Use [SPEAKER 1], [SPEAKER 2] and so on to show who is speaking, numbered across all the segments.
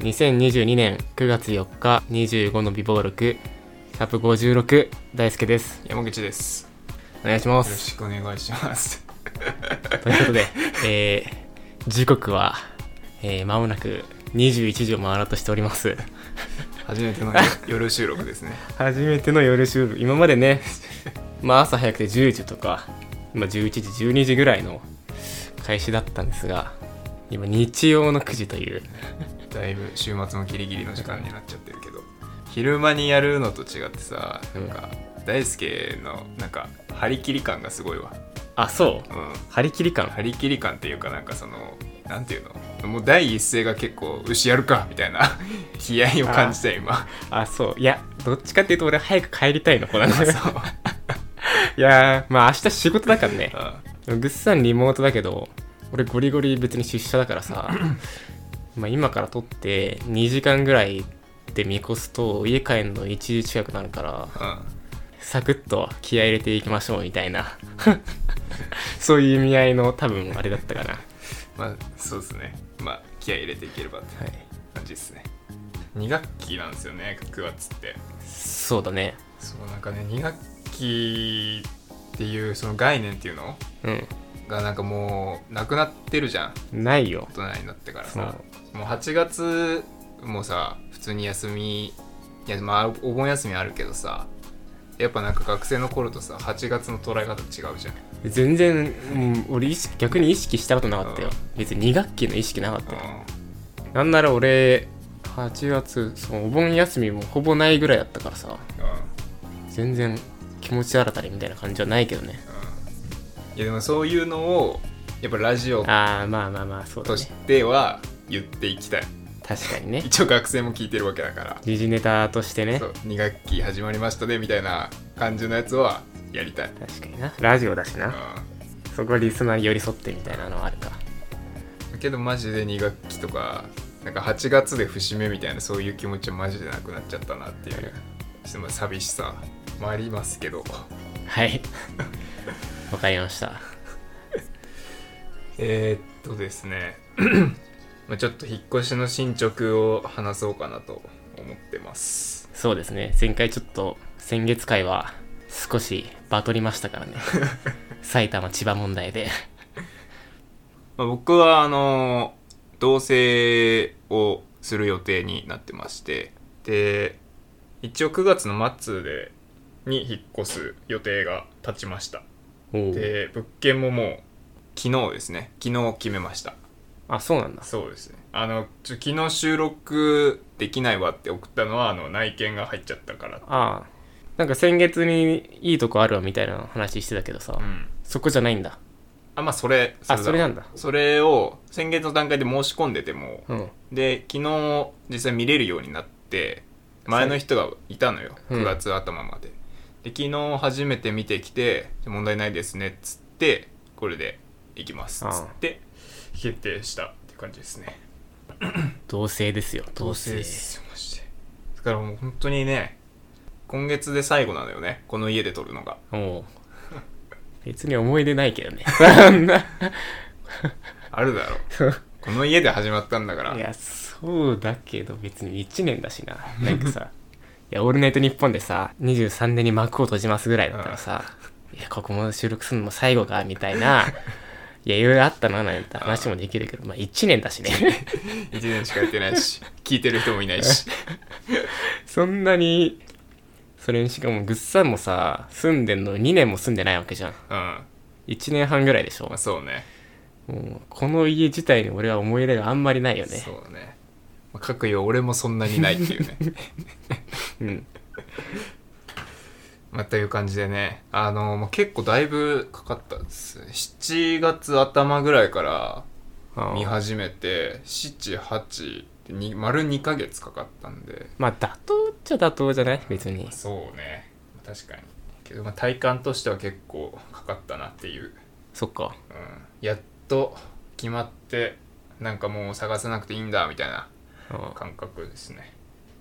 [SPEAKER 1] 2022年9月4日25の美貌録シャープ56大輔です
[SPEAKER 2] 山口です。よ
[SPEAKER 1] お願いしま
[SPEAKER 2] ろ
[SPEAKER 1] す
[SPEAKER 2] しくお願いします。
[SPEAKER 1] ということで、えー時刻はえー間もなく21時を回ろうとしております
[SPEAKER 2] 初めて の夜収録ですね。
[SPEAKER 1] 初めての夜収録今までねまあ朝早くて10時とか今11時12時ぐらいの開始だったんですが今日曜の9時という
[SPEAKER 2] だいぶ週末のギリギリの時間になっちゃってるけど、昼間にやるのと違ってさ、なんか大輔のなんか張り切り感がすごいわ。
[SPEAKER 1] あそう
[SPEAKER 2] う
[SPEAKER 1] 張り切り
[SPEAKER 2] ん。
[SPEAKER 1] 感
[SPEAKER 2] 張り切り感っていうかなんかそのなんていうの、もう第一声が結構牛やるかみたいな 気合を感じた今。
[SPEAKER 1] あそういやどっちかっていうと俺早く帰りたいの子なん
[SPEAKER 2] そ
[SPEAKER 1] で
[SPEAKER 2] う
[SPEAKER 1] すいやーまあ明日仕事だからね
[SPEAKER 2] う
[SPEAKER 1] ぐっさんリモートだけど俺ゴリゴリ別に出社だからさまあ今から撮って2時間ぐらいで見越すと家帰るの1時近くなるから
[SPEAKER 2] ん。うん
[SPEAKER 1] サクッと気合い入れていきましょうみたいな そういう意味合いの多分あれだったかな、は
[SPEAKER 2] まあそうですね。まあ気合い入れていければって
[SPEAKER 1] い、
[SPEAKER 2] 感じですね。2学期なんですよね9月って。
[SPEAKER 1] そうだね
[SPEAKER 2] そうなんかね2学期っていうその概念っていうの
[SPEAKER 1] うん
[SPEAKER 2] がなんかもうなくなってるじゃん
[SPEAKER 1] ないよ
[SPEAKER 2] 大人になってから
[SPEAKER 1] そ
[SPEAKER 2] さ
[SPEAKER 1] う
[SPEAKER 2] もう8月もさ普通に休みいやまあお盆休みあるけどさやっぱなんか学生の頃とさ8月の捉え方違うじゃん
[SPEAKER 1] 全然、うん俺意識逆に意識したことなかったよ別に2学期の意識なかったよなんなら俺8月そのお盆休みもほぼないぐらいだったからさ
[SPEAKER 2] うんうん
[SPEAKER 1] 全然気持ち新たにみたいな感じはないけどね
[SPEAKER 2] いやでもそういうのをやっぱラジオ
[SPEAKER 1] ああまあまあまあそうだ
[SPEAKER 2] と
[SPEAKER 1] ね
[SPEAKER 2] しては言っていきたい
[SPEAKER 1] 確かにね
[SPEAKER 2] 一応学生も聞いてるわけだから
[SPEAKER 1] 時事ネタとしてね
[SPEAKER 2] そう2学期始まりましたねみたいな感じのやつはやりたい、うん、
[SPEAKER 1] 確かになラジオだしなそこはリスナーに寄り添ってみたいなのはあるか
[SPEAKER 2] けどマジで2学期とかなんか8月で節目みたいなそういう気持ちはマジでなくなっちゃったなっていうちょっとまあ寂しさもありますけど
[SPEAKER 1] はい わかりました
[SPEAKER 2] えー、っとですね まあちょっと引っ越しの進捗を話そうかなと思ってます
[SPEAKER 1] そうですね前回ちょっと先月会は少しバトりましたから ね埼玉千葉問題で
[SPEAKER 2] まあ、僕はあの同棲をする予定になってましてで一応9月の末でに引っ越す予定が立ちました
[SPEAKER 1] おお
[SPEAKER 2] で物件ももう昨日ですね昨日決めました
[SPEAKER 1] あそうなんだ
[SPEAKER 2] そうですねあのちょ昨日収録できないわって送ったのはあの内見が入っちゃったから
[SPEAKER 1] ああなんか先月にいいとこあるわみたいな話してたけどさ、
[SPEAKER 2] うん
[SPEAKER 1] そこじゃないんだ
[SPEAKER 2] あまあそれ
[SPEAKER 1] あ
[SPEAKER 2] だ
[SPEAKER 1] それなんだ
[SPEAKER 2] それを先月の段階で申し込んでても
[SPEAKER 1] うん
[SPEAKER 2] で昨日実際見れるようになって前の人がいたのよ
[SPEAKER 1] うん
[SPEAKER 2] 9月頭まで、で昨日初めて見てきて問題ないですねっつってこれで行きますっつって決定したって感じですね
[SPEAKER 1] 同棲ですよ同
[SPEAKER 2] で
[SPEAKER 1] 棲
[SPEAKER 2] すよマジでだからもう本当にね今月で最後なのよねこの家で撮るのが
[SPEAKER 1] もう別に思い出ないけどねそん な
[SPEAKER 2] あるだろう この家で始まったんだから
[SPEAKER 1] いやそうだけど別に1年だしななんか さ「いやオールナイトニッポン」でさ23年に幕を閉じますぐらいだったらさ「いやここも収録するのも最後か」みたいな「いやいろいろあったな」なんて話もできるけどまあ1年だ しね
[SPEAKER 2] 1年しかやってな いし聞いてる人もいないし
[SPEAKER 1] そんなにそれにしかもぐっさんもさ住んでんの2年も住んでないわけじゃん
[SPEAKER 2] うんま
[SPEAKER 1] 1年半ぐらいでしょ
[SPEAKER 2] あそうね
[SPEAKER 1] もうこの家自体に俺は思い入れがあんまりないよね
[SPEAKER 2] そうね。まあ、各よ俺もそんなにないっていうね。
[SPEAKER 1] うん
[SPEAKER 2] まあ、という感じでね。あの、まあ、結構だいぶかかったです。7月頭ぐらいから
[SPEAKER 1] あ
[SPEAKER 2] 見
[SPEAKER 1] あ
[SPEAKER 2] 始めて、7、8でに丸2ヶ月かかったんで。
[SPEAKER 1] まあ妥当っちゃ妥当じゃない別に
[SPEAKER 2] そうね。確かに。けど、まあ、体感としては結構かかったなっていう。
[SPEAKER 1] そっか
[SPEAKER 2] うん。やっと決まって、なんかもう探さなくていいんだ、みたいな
[SPEAKER 1] ああ
[SPEAKER 2] 感覚ですね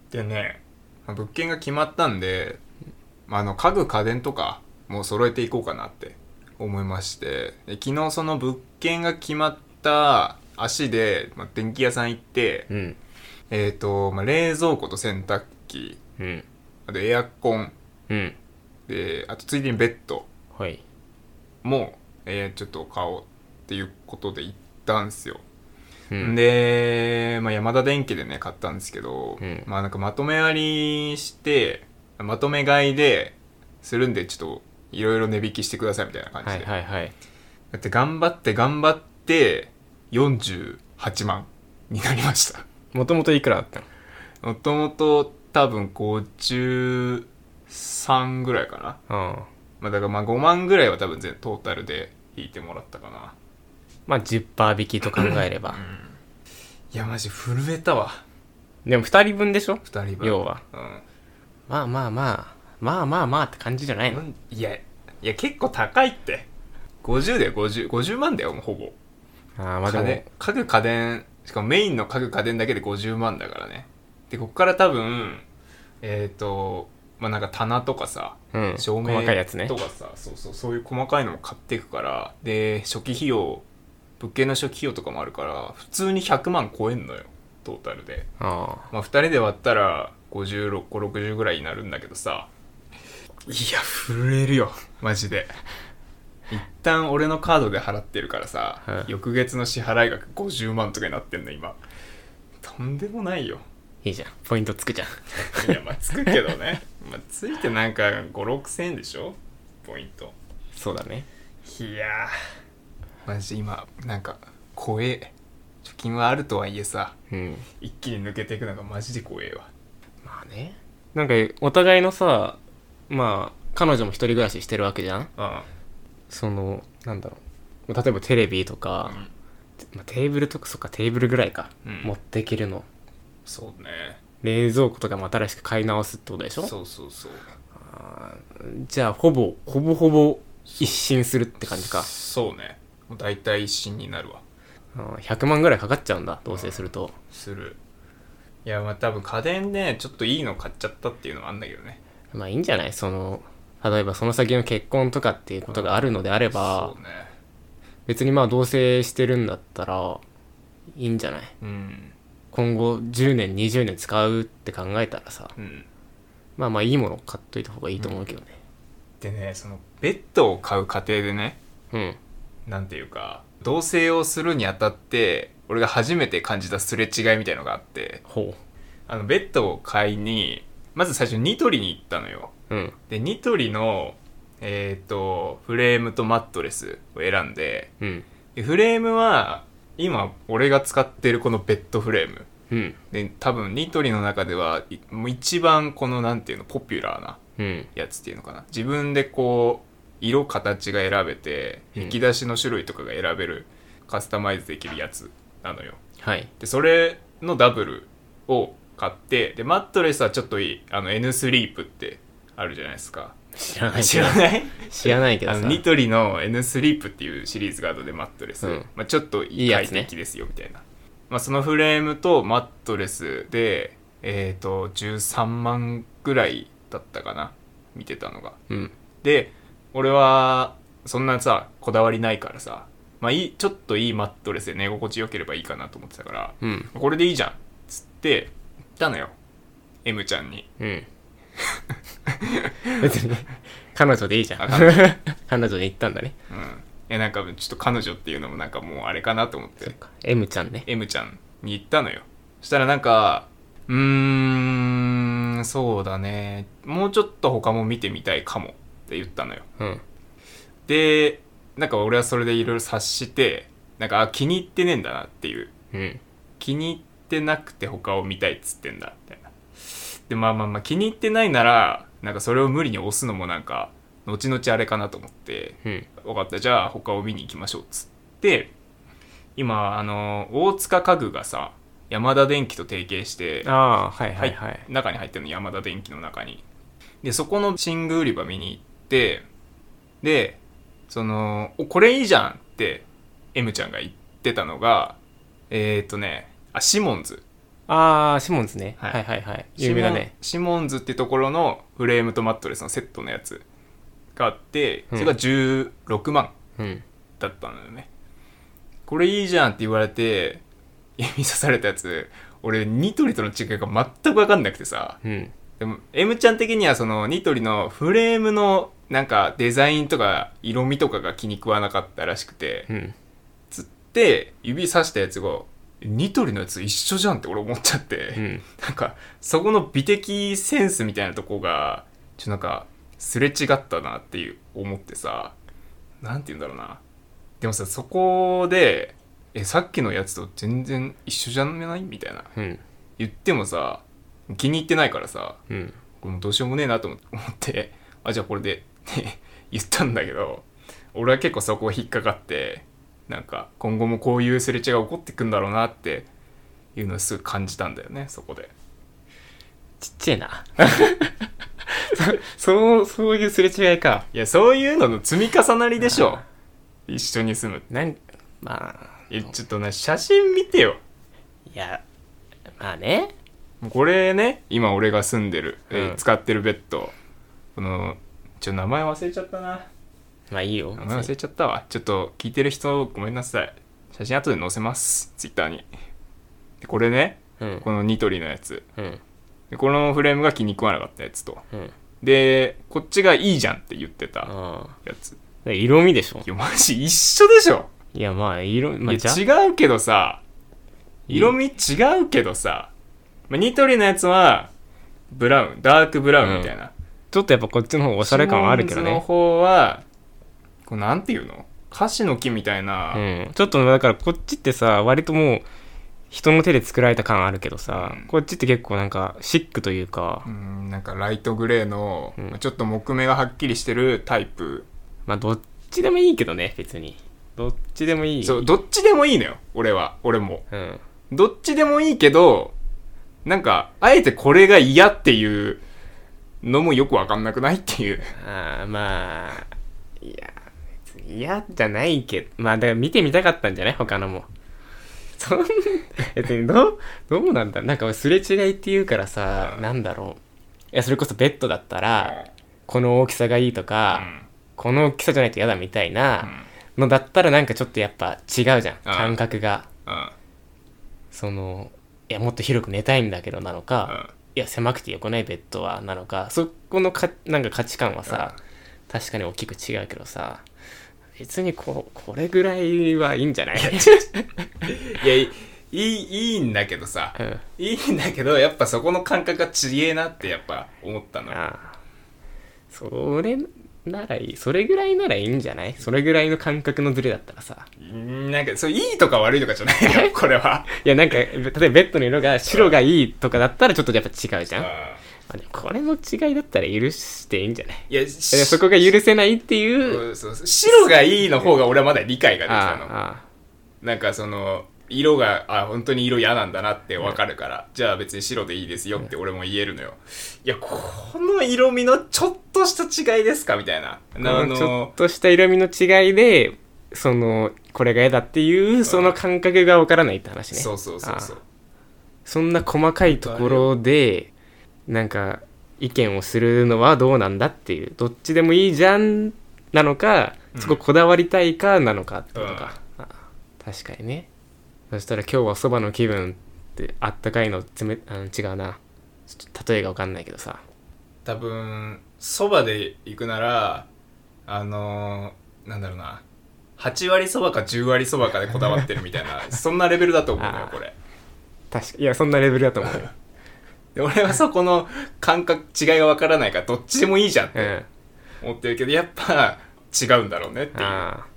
[SPEAKER 2] でねまあ物件が決まったんで、まあ、あの家具家電とかもう揃えていこうかなって思いましてで昨日その物件が決まった足で、まあ電気屋さん行って
[SPEAKER 1] うん
[SPEAKER 2] えっ、と、まあ、冷蔵庫と洗濯機、
[SPEAKER 1] うん。
[SPEAKER 2] あとエアコン、
[SPEAKER 1] うん。
[SPEAKER 2] で、あとついでにベッド
[SPEAKER 1] はい。
[SPEAKER 2] も、えーちょっと買おうっていうことで行ったんですよ。
[SPEAKER 1] うん。
[SPEAKER 2] で、まあ、山田電機でね、買ったんですけど、
[SPEAKER 1] うん
[SPEAKER 2] まあ、なんかまとめ割りして、まとめ買いでするんで、ちょっと、いろいろ値引きしてくださいみたいな感じで。
[SPEAKER 1] はいはいはい。
[SPEAKER 2] だって頑張って頑張って、48万になりました。
[SPEAKER 1] もともといくらだったの
[SPEAKER 2] もともと多分53ぐらいかな。
[SPEAKER 1] うん。
[SPEAKER 2] まあだからまあ5万ぐらいは多分全トータルで引いてもらったかな。
[SPEAKER 1] まあ10%引きと考えれば。
[SPEAKER 2] いやマジ震えたわ。
[SPEAKER 1] でも2人分でしょ
[SPEAKER 2] 二人分。
[SPEAKER 1] 要は。
[SPEAKER 2] うん。
[SPEAKER 1] まあまあまあ。まあまあまあって感じじゃないの
[SPEAKER 2] なんいや、いや結構高いって。50だよ、50。50万だよ、もうほぼ。
[SPEAKER 1] ああ、まあ
[SPEAKER 2] 家
[SPEAKER 1] でも
[SPEAKER 2] 電。家具家電、しかもメインの家具家電だけで50万だからね。で、こっから多分、えっ、と、まあなんか棚とかさ、
[SPEAKER 1] うん。
[SPEAKER 2] 照明
[SPEAKER 1] 細かいやつね
[SPEAKER 2] と。かさそうそうそういう細かいのも買っていくからで初期費用物件の初期費用とかもあるから普通に100万超えんのよトータルで
[SPEAKER 1] ああ。
[SPEAKER 2] まあ2人で割ったら5660ぐらいになるんだけどさいや震えるよマジで一旦俺のカードで払ってるからさ、
[SPEAKER 1] はい
[SPEAKER 2] 翌月の支払い額50万とかになってんの今とんでもないよ
[SPEAKER 1] いいじゃん。ポイントつくじゃん。
[SPEAKER 2] いやまあつくけどね、 まあ、ついてなんか56000円でしょポイント
[SPEAKER 1] そうだね。
[SPEAKER 2] いやーマジで今なんか怖え貯金はあるとはいえさ
[SPEAKER 1] うん。
[SPEAKER 2] 一気に抜けていくのがマジで怖えわ
[SPEAKER 1] まあね。なんか、お互いのさ、まあ、彼女も一人暮らししてるわけじゃん
[SPEAKER 2] あ
[SPEAKER 1] その、なんだろう。例えばテレビと
[SPEAKER 2] あ
[SPEAKER 1] か、まあ、テーブルとか、そっか、テーブルぐらいか。
[SPEAKER 2] うん
[SPEAKER 1] 持っていけるの。
[SPEAKER 2] そうね
[SPEAKER 1] 冷蔵庫とかも新しく買い直すってことでしょ
[SPEAKER 2] そうそうそう
[SPEAKER 1] あーじゃあ、ほぼ、ほぼほぼ一新するって感じか。
[SPEAKER 2] そうねもう大体一心になるわ
[SPEAKER 1] あー100万ぐらいかかっちゃうんだ、同棲すると。
[SPEAKER 2] するいやまあ多分家電ねちょっといいの買っちゃったっていうのもあんだけどね
[SPEAKER 1] まあいいんじゃないその、例えばその先の結婚とかっていうことがあるのであれば
[SPEAKER 2] そ、うね
[SPEAKER 1] 別にまあ同棲してるんだったら、いいんじゃない
[SPEAKER 2] うん
[SPEAKER 1] 今後10年、20年使うって考えたらさ、
[SPEAKER 2] うん
[SPEAKER 1] まあまあいいものを買っといた方がいいと思うけどね。
[SPEAKER 2] でねそのベッドを買う過程でね
[SPEAKER 1] うん。
[SPEAKER 2] なんていうか同棲をするにあたって俺が初めて感じたすれ違いみたいのがあって
[SPEAKER 1] ほ
[SPEAKER 2] あのベッドを買いにまず最初ニトリに行ったのよ
[SPEAKER 1] う。うん。
[SPEAKER 2] でニトリのえっ、とフレームとマットレスを選んで
[SPEAKER 1] うん。
[SPEAKER 2] でフレームは今俺が使ってるこのベッドフレーム
[SPEAKER 1] うん。
[SPEAKER 2] で多分ニトリの中ではいもう一番このなんていうのポピュラーな
[SPEAKER 1] うん。
[SPEAKER 2] やつっていうのかな自分でこう色形が選べて
[SPEAKER 1] うん
[SPEAKER 2] 引き出しの種類とかが選べる、カスタマイズできるやつなのよ
[SPEAKER 1] はい。
[SPEAKER 2] でそれのダブルを買ってでマットレスはちょっといいあの N スリープってあるじゃないですか
[SPEAKER 1] 知らない
[SPEAKER 2] 知
[SPEAKER 1] けど
[SPEAKER 2] ら。ない
[SPEAKER 1] 知らないけど
[SPEAKER 2] あ
[SPEAKER 1] さ
[SPEAKER 2] の。ニトリの N スリープっていうシリーズがあるのでマットレス、
[SPEAKER 1] うん
[SPEAKER 2] まあ、ちょっと
[SPEAKER 1] い
[SPEAKER 2] い
[SPEAKER 1] い
[SPEAKER 2] い
[SPEAKER 1] や
[SPEAKER 2] 快
[SPEAKER 1] つね
[SPEAKER 2] 適ですよみたいなまあ、そのフレームとマットレスでえっ、と13万ぐらいだったかな見てたのが
[SPEAKER 1] うん。
[SPEAKER 2] で俺はそんなさこだわりないからさまあいいちょっといいマットレスで寝心地よければいいかなと思ってたから
[SPEAKER 1] うん。
[SPEAKER 2] これでいいじゃんっつって言ったのよ M ちゃんに
[SPEAKER 1] うん。別に、彼女でいいじゃ
[SPEAKER 2] あ
[SPEAKER 1] ん。
[SPEAKER 2] 彼
[SPEAKER 1] 彼女で行ったんだね。
[SPEAKER 2] うんいやなんかちょっと彼女っていうのもなんかもうあれかなと思って
[SPEAKER 1] そっか M ちゃんね。
[SPEAKER 2] M ちゃんに行ったのよそしたらなんかうーんそうだねもうちょっと他も見てみたいかもって言ったのよ
[SPEAKER 1] うん。
[SPEAKER 2] でなんか俺はそれでいろいろ察してなんかあ気に入ってねえんだなっていう
[SPEAKER 1] うん。
[SPEAKER 2] 気に入ってなくて他を見たいっつってんだみたいなでまあまあまあ気に入ってないならなんかそれを無理に押すのもなんか後々あれかなと思って
[SPEAKER 1] うん。
[SPEAKER 2] 分かったじゃあ他を見に行きましょうっつって今あの大塚家具がさ山田電機と提携して
[SPEAKER 1] ああ、はいはいはい。
[SPEAKER 2] 中に入ってるの山田電機の中にでそこの寝具売り場見に行ってでその「おこれいいじゃん」って M ちゃんが言ってたのがえーっ、とねあシモンズ
[SPEAKER 1] ああ、シモンズね。は
[SPEAKER 2] はいい
[SPEAKER 1] はいはい。有名だね。
[SPEAKER 2] シモンシモンズってところのフレームとマットレスのセットのやつがあって
[SPEAKER 1] うん
[SPEAKER 2] それが16万
[SPEAKER 1] うん。
[SPEAKER 2] だったのよね、これいいじゃんって言われて指刺されたやつ俺ニトリとの違いが全く分かんなくてさ
[SPEAKER 1] うん。
[SPEAKER 2] でも M ちゃん的にはそのニトリのフレームのなんかデザインとか色味とかが気に食わなかったらしくて
[SPEAKER 1] うん。
[SPEAKER 2] つって指さしたやつがニトリのやつ一緒じゃんって俺思っちゃって、
[SPEAKER 1] うん。
[SPEAKER 2] なんかそこの美的センスみたいなとこがちょっとなんかすれ違ったなっていう思ってさなんて言うんだろうなでもさそこでえさっきのやつと全然一緒じゃないみたいな
[SPEAKER 1] うん。
[SPEAKER 2] 言ってもさ気に入ってないからさ
[SPEAKER 1] うん。
[SPEAKER 2] これもうどうしようもねえなと思思ってあじゃあこれでって 言ったんだけど俺は結構そこ引っかかってなんか今後もこういうすれ違いが起こってくんだろうなっていうのをすぐ感じたんだよねそこで
[SPEAKER 1] ちっちゃいな。 そそう、そういうすれ違いか。
[SPEAKER 2] いやそういうのの積み重なり でしょ一緒に住む
[SPEAKER 1] なん、まあ、
[SPEAKER 2] いやちょっとね写真見てよ
[SPEAKER 1] いや、まあね。
[SPEAKER 2] これね今俺が住んでる、えー
[SPEAKER 1] うん
[SPEAKER 2] 使ってるベッドこのちょ名前忘れちゃったな
[SPEAKER 1] まあいいよ。
[SPEAKER 2] 名前忘れちゃったわちょっと聞いてる人ごめんなさい写真後で載せますツイッターにでこれね
[SPEAKER 1] うん。
[SPEAKER 2] このニトリのやつ
[SPEAKER 1] うん。
[SPEAKER 2] でこのフレームが気に食わなかったやつと
[SPEAKER 1] うん。
[SPEAKER 2] でこっちがいいじゃんって言ってた
[SPEAKER 1] あ
[SPEAKER 2] やつい
[SPEAKER 1] あ。色味でしょ。
[SPEAKER 2] やマジ一緒でしょ、
[SPEAKER 1] いや、まあ、色、まあ、
[SPEAKER 2] い
[SPEAKER 1] じゃ
[SPEAKER 2] や違うけどさ色味違うけどさ、まあ、ニトリのやつはブラウンダークブラウンみたいな、
[SPEAKER 1] ちょっとやっぱこっちの方がおしゃれ感はあるけど
[SPEAKER 2] シモンズの
[SPEAKER 1] ね。
[SPEAKER 2] 方はこれなんていうの菓子の木みたいな、
[SPEAKER 1] うん。ちょっと、だからこっちってさ、割ともう、人の手で作られた感あるけどさ、
[SPEAKER 2] うん
[SPEAKER 1] こっちって結構なんか、シックというか、
[SPEAKER 2] うんなんかライトグレーの、
[SPEAKER 1] うん
[SPEAKER 2] ちょっと木目がはっきりしてるタイプ
[SPEAKER 1] まあ、どっちでもいいけどね、別に。どっちでもいい。
[SPEAKER 2] そうどっちでもいいのよ俺は俺も
[SPEAKER 1] うん。
[SPEAKER 2] どっちでもいいけどなんかあえてこれが嫌っていうのもよくわかんなくないっていう
[SPEAKER 1] あーまあ、いや、別に嫌じゃないけど、まあ、だから見てみたかったんじゃない他のも。そんな、別にどう、どうなんだなんかすれ違いって言うからさ、なんだろう。いや、それこそベッドだったら、この大きさがいいと
[SPEAKER 2] う
[SPEAKER 1] か、
[SPEAKER 2] ん
[SPEAKER 1] この大きさじゃないと嫌だみたい
[SPEAKER 2] うん
[SPEAKER 1] なのだったらなんかちょっとやっぱ違うじゃん。
[SPEAKER 2] うん
[SPEAKER 1] 感覚が。
[SPEAKER 2] うん
[SPEAKER 1] その、いや、もっと広く寝たいんだけどなのか、いや狭くてよくないベッドはなのかそこのかなんか価値観はさ、確かに大きく違うけどさ別にここれぐらいはいいんじゃない
[SPEAKER 2] うんいやいいいいいんだけどさ
[SPEAKER 1] うんあ
[SPEAKER 2] いいんだけどやっぱそこの感覚がちげえなってやっぱ思ったのよ
[SPEAKER 1] あそれならいいそれぐらいならいいんじゃないそれぐらいの感覚のズレだったらさ
[SPEAKER 2] うんなんかそれいいとか悪いとかじゃないよこれはい
[SPEAKER 1] やなんか例えばベッドの色が白がいいとかだったらちょっとやっぱ違うじゃん、ま
[SPEAKER 2] う
[SPEAKER 1] あでもこれの違いだったら許していいんじゃない
[SPEAKER 2] んいや
[SPEAKER 1] いやそこが許せないっていう
[SPEAKER 2] そうそうそう白がいいの方が俺はまだ理解ができたの
[SPEAKER 1] あ
[SPEAKER 2] なんかその色があ本当に色嫌なんだなってわかるから、じゃあ別に白でいいですよって俺も言えるのよいやこの色味のちょっとした違いですかみたいなあ
[SPEAKER 1] あああのちょ
[SPEAKER 2] の
[SPEAKER 1] っとした色味の違いでそのこれが嫌だっていうその感覚がわからないって話ね
[SPEAKER 2] そうそうそうそう
[SPEAKER 1] そんな細かいところでなんか意見をするのはどうなんだっていうどっちでもいいじゃんなのか
[SPEAKER 2] うん
[SPEAKER 1] そここだわりたいかなのかってことか、あ確かにねそしたら今日はそばの気分ってあったかいのつめあの違うなちょっと例えがわかんないけどさ
[SPEAKER 2] 多分そばで行くならあのーなんだろうな8割そばか10割そばかでこだわってるみたいな そんなレベルだと思うのよ
[SPEAKER 1] あー
[SPEAKER 2] これ
[SPEAKER 1] 確かいやそんなレベルだと思う よ、
[SPEAKER 2] で俺はそこの感覚違いがわからないからどっちでもいいじゃんっ
[SPEAKER 1] う
[SPEAKER 2] て
[SPEAKER 1] ん
[SPEAKER 2] 思ってるけどやっぱ違うんだろうねっていう
[SPEAKER 1] ああ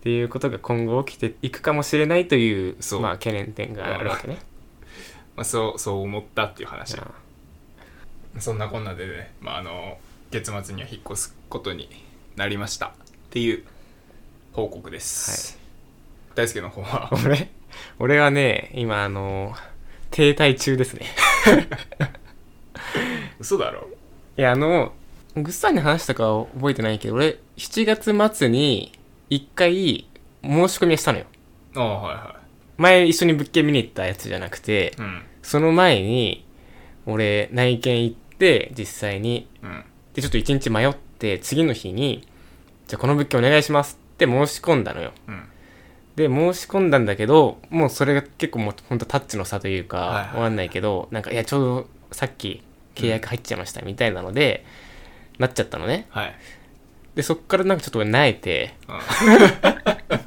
[SPEAKER 1] っていうことが今後起きていくかもしれないという
[SPEAKER 2] そう
[SPEAKER 1] まあ、懸念点があるわけ ね。
[SPEAKER 2] まあ、そうそう思ったっていう話
[SPEAKER 1] ああ
[SPEAKER 2] そんなこんなでね、まあ、あの月末には引っ越すことになりましたっていう報告です、大輔の方は
[SPEAKER 1] 俺俺はね今あの停滞中ですね。
[SPEAKER 2] 嘘だろ
[SPEAKER 1] いやあのぐっさんに話したかは覚えてないけど俺7月末に一回申し込みをしたのよ。
[SPEAKER 2] ああはいは
[SPEAKER 1] 前一緒に物件見に行ったやつじゃなくて
[SPEAKER 2] いうん
[SPEAKER 1] その前に俺内見行って実際に
[SPEAKER 2] うん
[SPEAKER 1] でちょっと一日迷って次の日にじゃあこの物件お願いしますって申し込んだのよ。
[SPEAKER 2] うん
[SPEAKER 1] で申し込んだんだけどもうそれが結構もうほんとタッチの差というか、
[SPEAKER 2] はいはい
[SPEAKER 1] わかんないけどなんかいやちょうどさっき契約入っちゃいましたみたいなので、なっちゃったのね
[SPEAKER 2] はい。
[SPEAKER 1] でそっからなんかちょっと俺萎えて
[SPEAKER 2] うん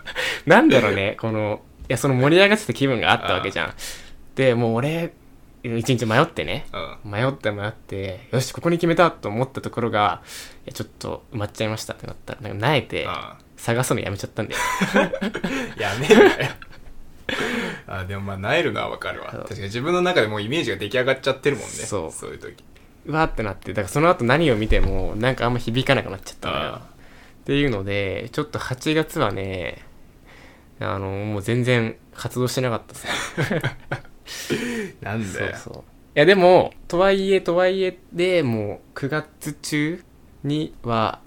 [SPEAKER 1] なんだろう ね、この、いや、その盛り上がってた気分があったわけじゃん。で、もう俺、一日迷ってね、
[SPEAKER 2] うん。
[SPEAKER 1] 迷って迷って、よし、ここに決めたと思ったところが、いや、ちょっと埋まっちゃいましたってなったら、なんか、萎えて、
[SPEAKER 2] う
[SPEAKER 1] 探すのやめちゃったんだよ。
[SPEAKER 2] んやめろよ。あでもまあ、なえるのはわかるわ。
[SPEAKER 1] そう
[SPEAKER 2] 確かに自分の中でもうイメージが出来上がっちゃってるもんね。
[SPEAKER 1] そう
[SPEAKER 2] そういう時。
[SPEAKER 1] うわーってなって、だからその後何を見ても、なんかあんま響かなくなっちゃったのよ。
[SPEAKER 2] あ
[SPEAKER 1] っていうので、ちょっと8月はね、あの、もう全然活動してなかったですね
[SPEAKER 2] なんだよ。
[SPEAKER 1] そうそういやでもとはいえとはいえでもう9月中には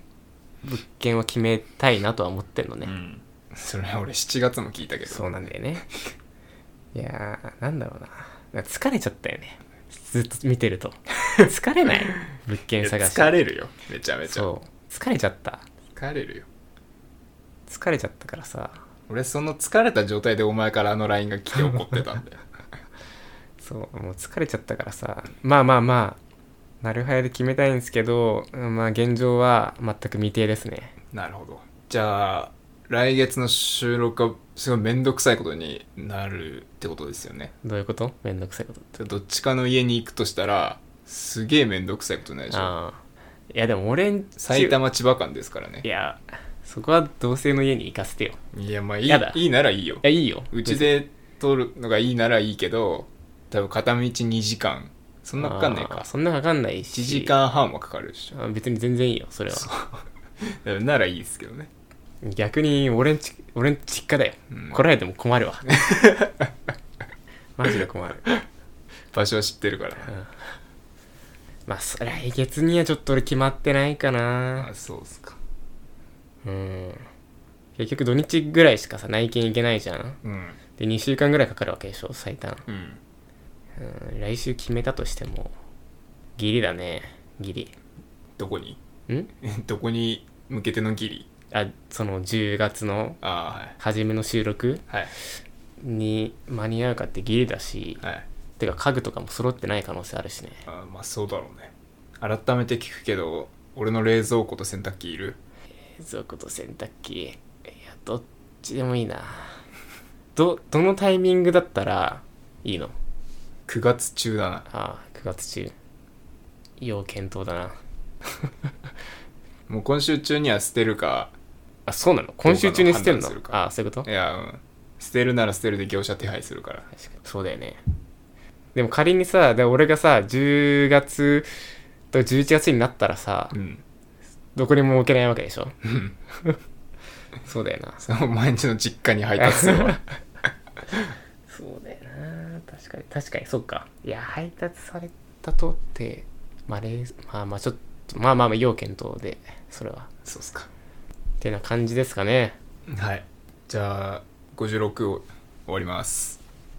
[SPEAKER 1] 物件を決めたいなとは思ってんのね、
[SPEAKER 2] うん。それは俺7月も聞いたけど。
[SPEAKER 1] そうなんだよねいやーなんだろうななんか疲れちゃったよねずっと見てると疲れない物
[SPEAKER 2] いや
[SPEAKER 1] 件探し
[SPEAKER 2] 疲れるよ。めちゃめちゃ。
[SPEAKER 1] そう疲れちゃった
[SPEAKER 2] 疲れるよ。
[SPEAKER 1] 疲れちゃったからさ
[SPEAKER 2] 俺その疲れた状態でお前からあの LINE が来て怒ってたん だよ。
[SPEAKER 1] そうもう疲れちゃったからさまあまあまあなるはやで決めたいんですけどうんまあ現状は全く未定ですね
[SPEAKER 2] なるほど。じゃあ、来月の収録はすごいめんどくさいことになるってことですよね。
[SPEAKER 1] どういうことめんどくさいこと
[SPEAKER 2] どっちかの家に行くとしたら、すげえめんどくさいことにないでしょ。
[SPEAKER 1] ああいやでも俺んち
[SPEAKER 2] 埼玉千葉間ですからね
[SPEAKER 1] いやそこは同性の家に行かせてよい
[SPEAKER 2] いやまあいい
[SPEAKER 1] やだ
[SPEAKER 2] いいならいいよ
[SPEAKER 1] やいいよ
[SPEAKER 2] うちで撮るのがいいならいいけど多分片道2時間そ
[SPEAKER 1] そ
[SPEAKER 2] んなかかんないか
[SPEAKER 1] そんなかかんないし
[SPEAKER 2] 1時間半はかかるでしょ
[SPEAKER 1] あ別に全然いいよそれは
[SPEAKER 2] だからならいいですけどね
[SPEAKER 1] 逆に俺んち俺ん実家だよ、
[SPEAKER 2] うん
[SPEAKER 1] 来られても困る わマジで困る、
[SPEAKER 2] 場所は知ってるから
[SPEAKER 1] うんまあそ来月にはちょっと俺決まってないかな
[SPEAKER 2] あそうっすか
[SPEAKER 1] うん結局土日ぐらいしかさ内見行けないじゃん
[SPEAKER 2] うん
[SPEAKER 1] で2週間ぐらいかかるわけでしょ最短
[SPEAKER 2] うん
[SPEAKER 1] うん来週決めたとしてもギリだねギリ
[SPEAKER 2] どこに
[SPEAKER 1] ん
[SPEAKER 2] どこに向けてのギリ
[SPEAKER 1] あその10月の
[SPEAKER 2] あ
[SPEAKER 1] 初めの収録
[SPEAKER 2] あはい
[SPEAKER 1] に間に合うかってギリだし
[SPEAKER 2] はいはい
[SPEAKER 1] てか家具とかも揃ってない可能性あるしね
[SPEAKER 2] あまあそうだろうね改めて聞くけど俺の冷蔵庫と洗濯機いる
[SPEAKER 1] 冷蔵庫と洗濯機いやどっちでもいいなどどのタイミングだったらいいの
[SPEAKER 2] 9月中だな
[SPEAKER 1] ああ9月中要検討だな
[SPEAKER 2] もう今週中には捨てるか
[SPEAKER 1] あそうなの今週中に捨てる
[SPEAKER 2] ど
[SPEAKER 1] の
[SPEAKER 2] うかな判断するか
[SPEAKER 1] ああそういうこと
[SPEAKER 2] いや、うん。捨てるなら捨てるで業者手配するから。
[SPEAKER 1] 確かにそうだよねでも仮にさで俺がさ10月と11月になったらさ、
[SPEAKER 2] うん。
[SPEAKER 1] どこにも置けないわけでしょそうだよな
[SPEAKER 2] その毎日の実家に配達する わ。
[SPEAKER 1] そうだよな確かに確かにそっかいや配達されたとってまあれまあまあちょっとまあまあまあ要検討でそれは
[SPEAKER 2] そうっすか。
[SPEAKER 1] ってな感じですかね
[SPEAKER 2] はい。じゃあ、56を終わります。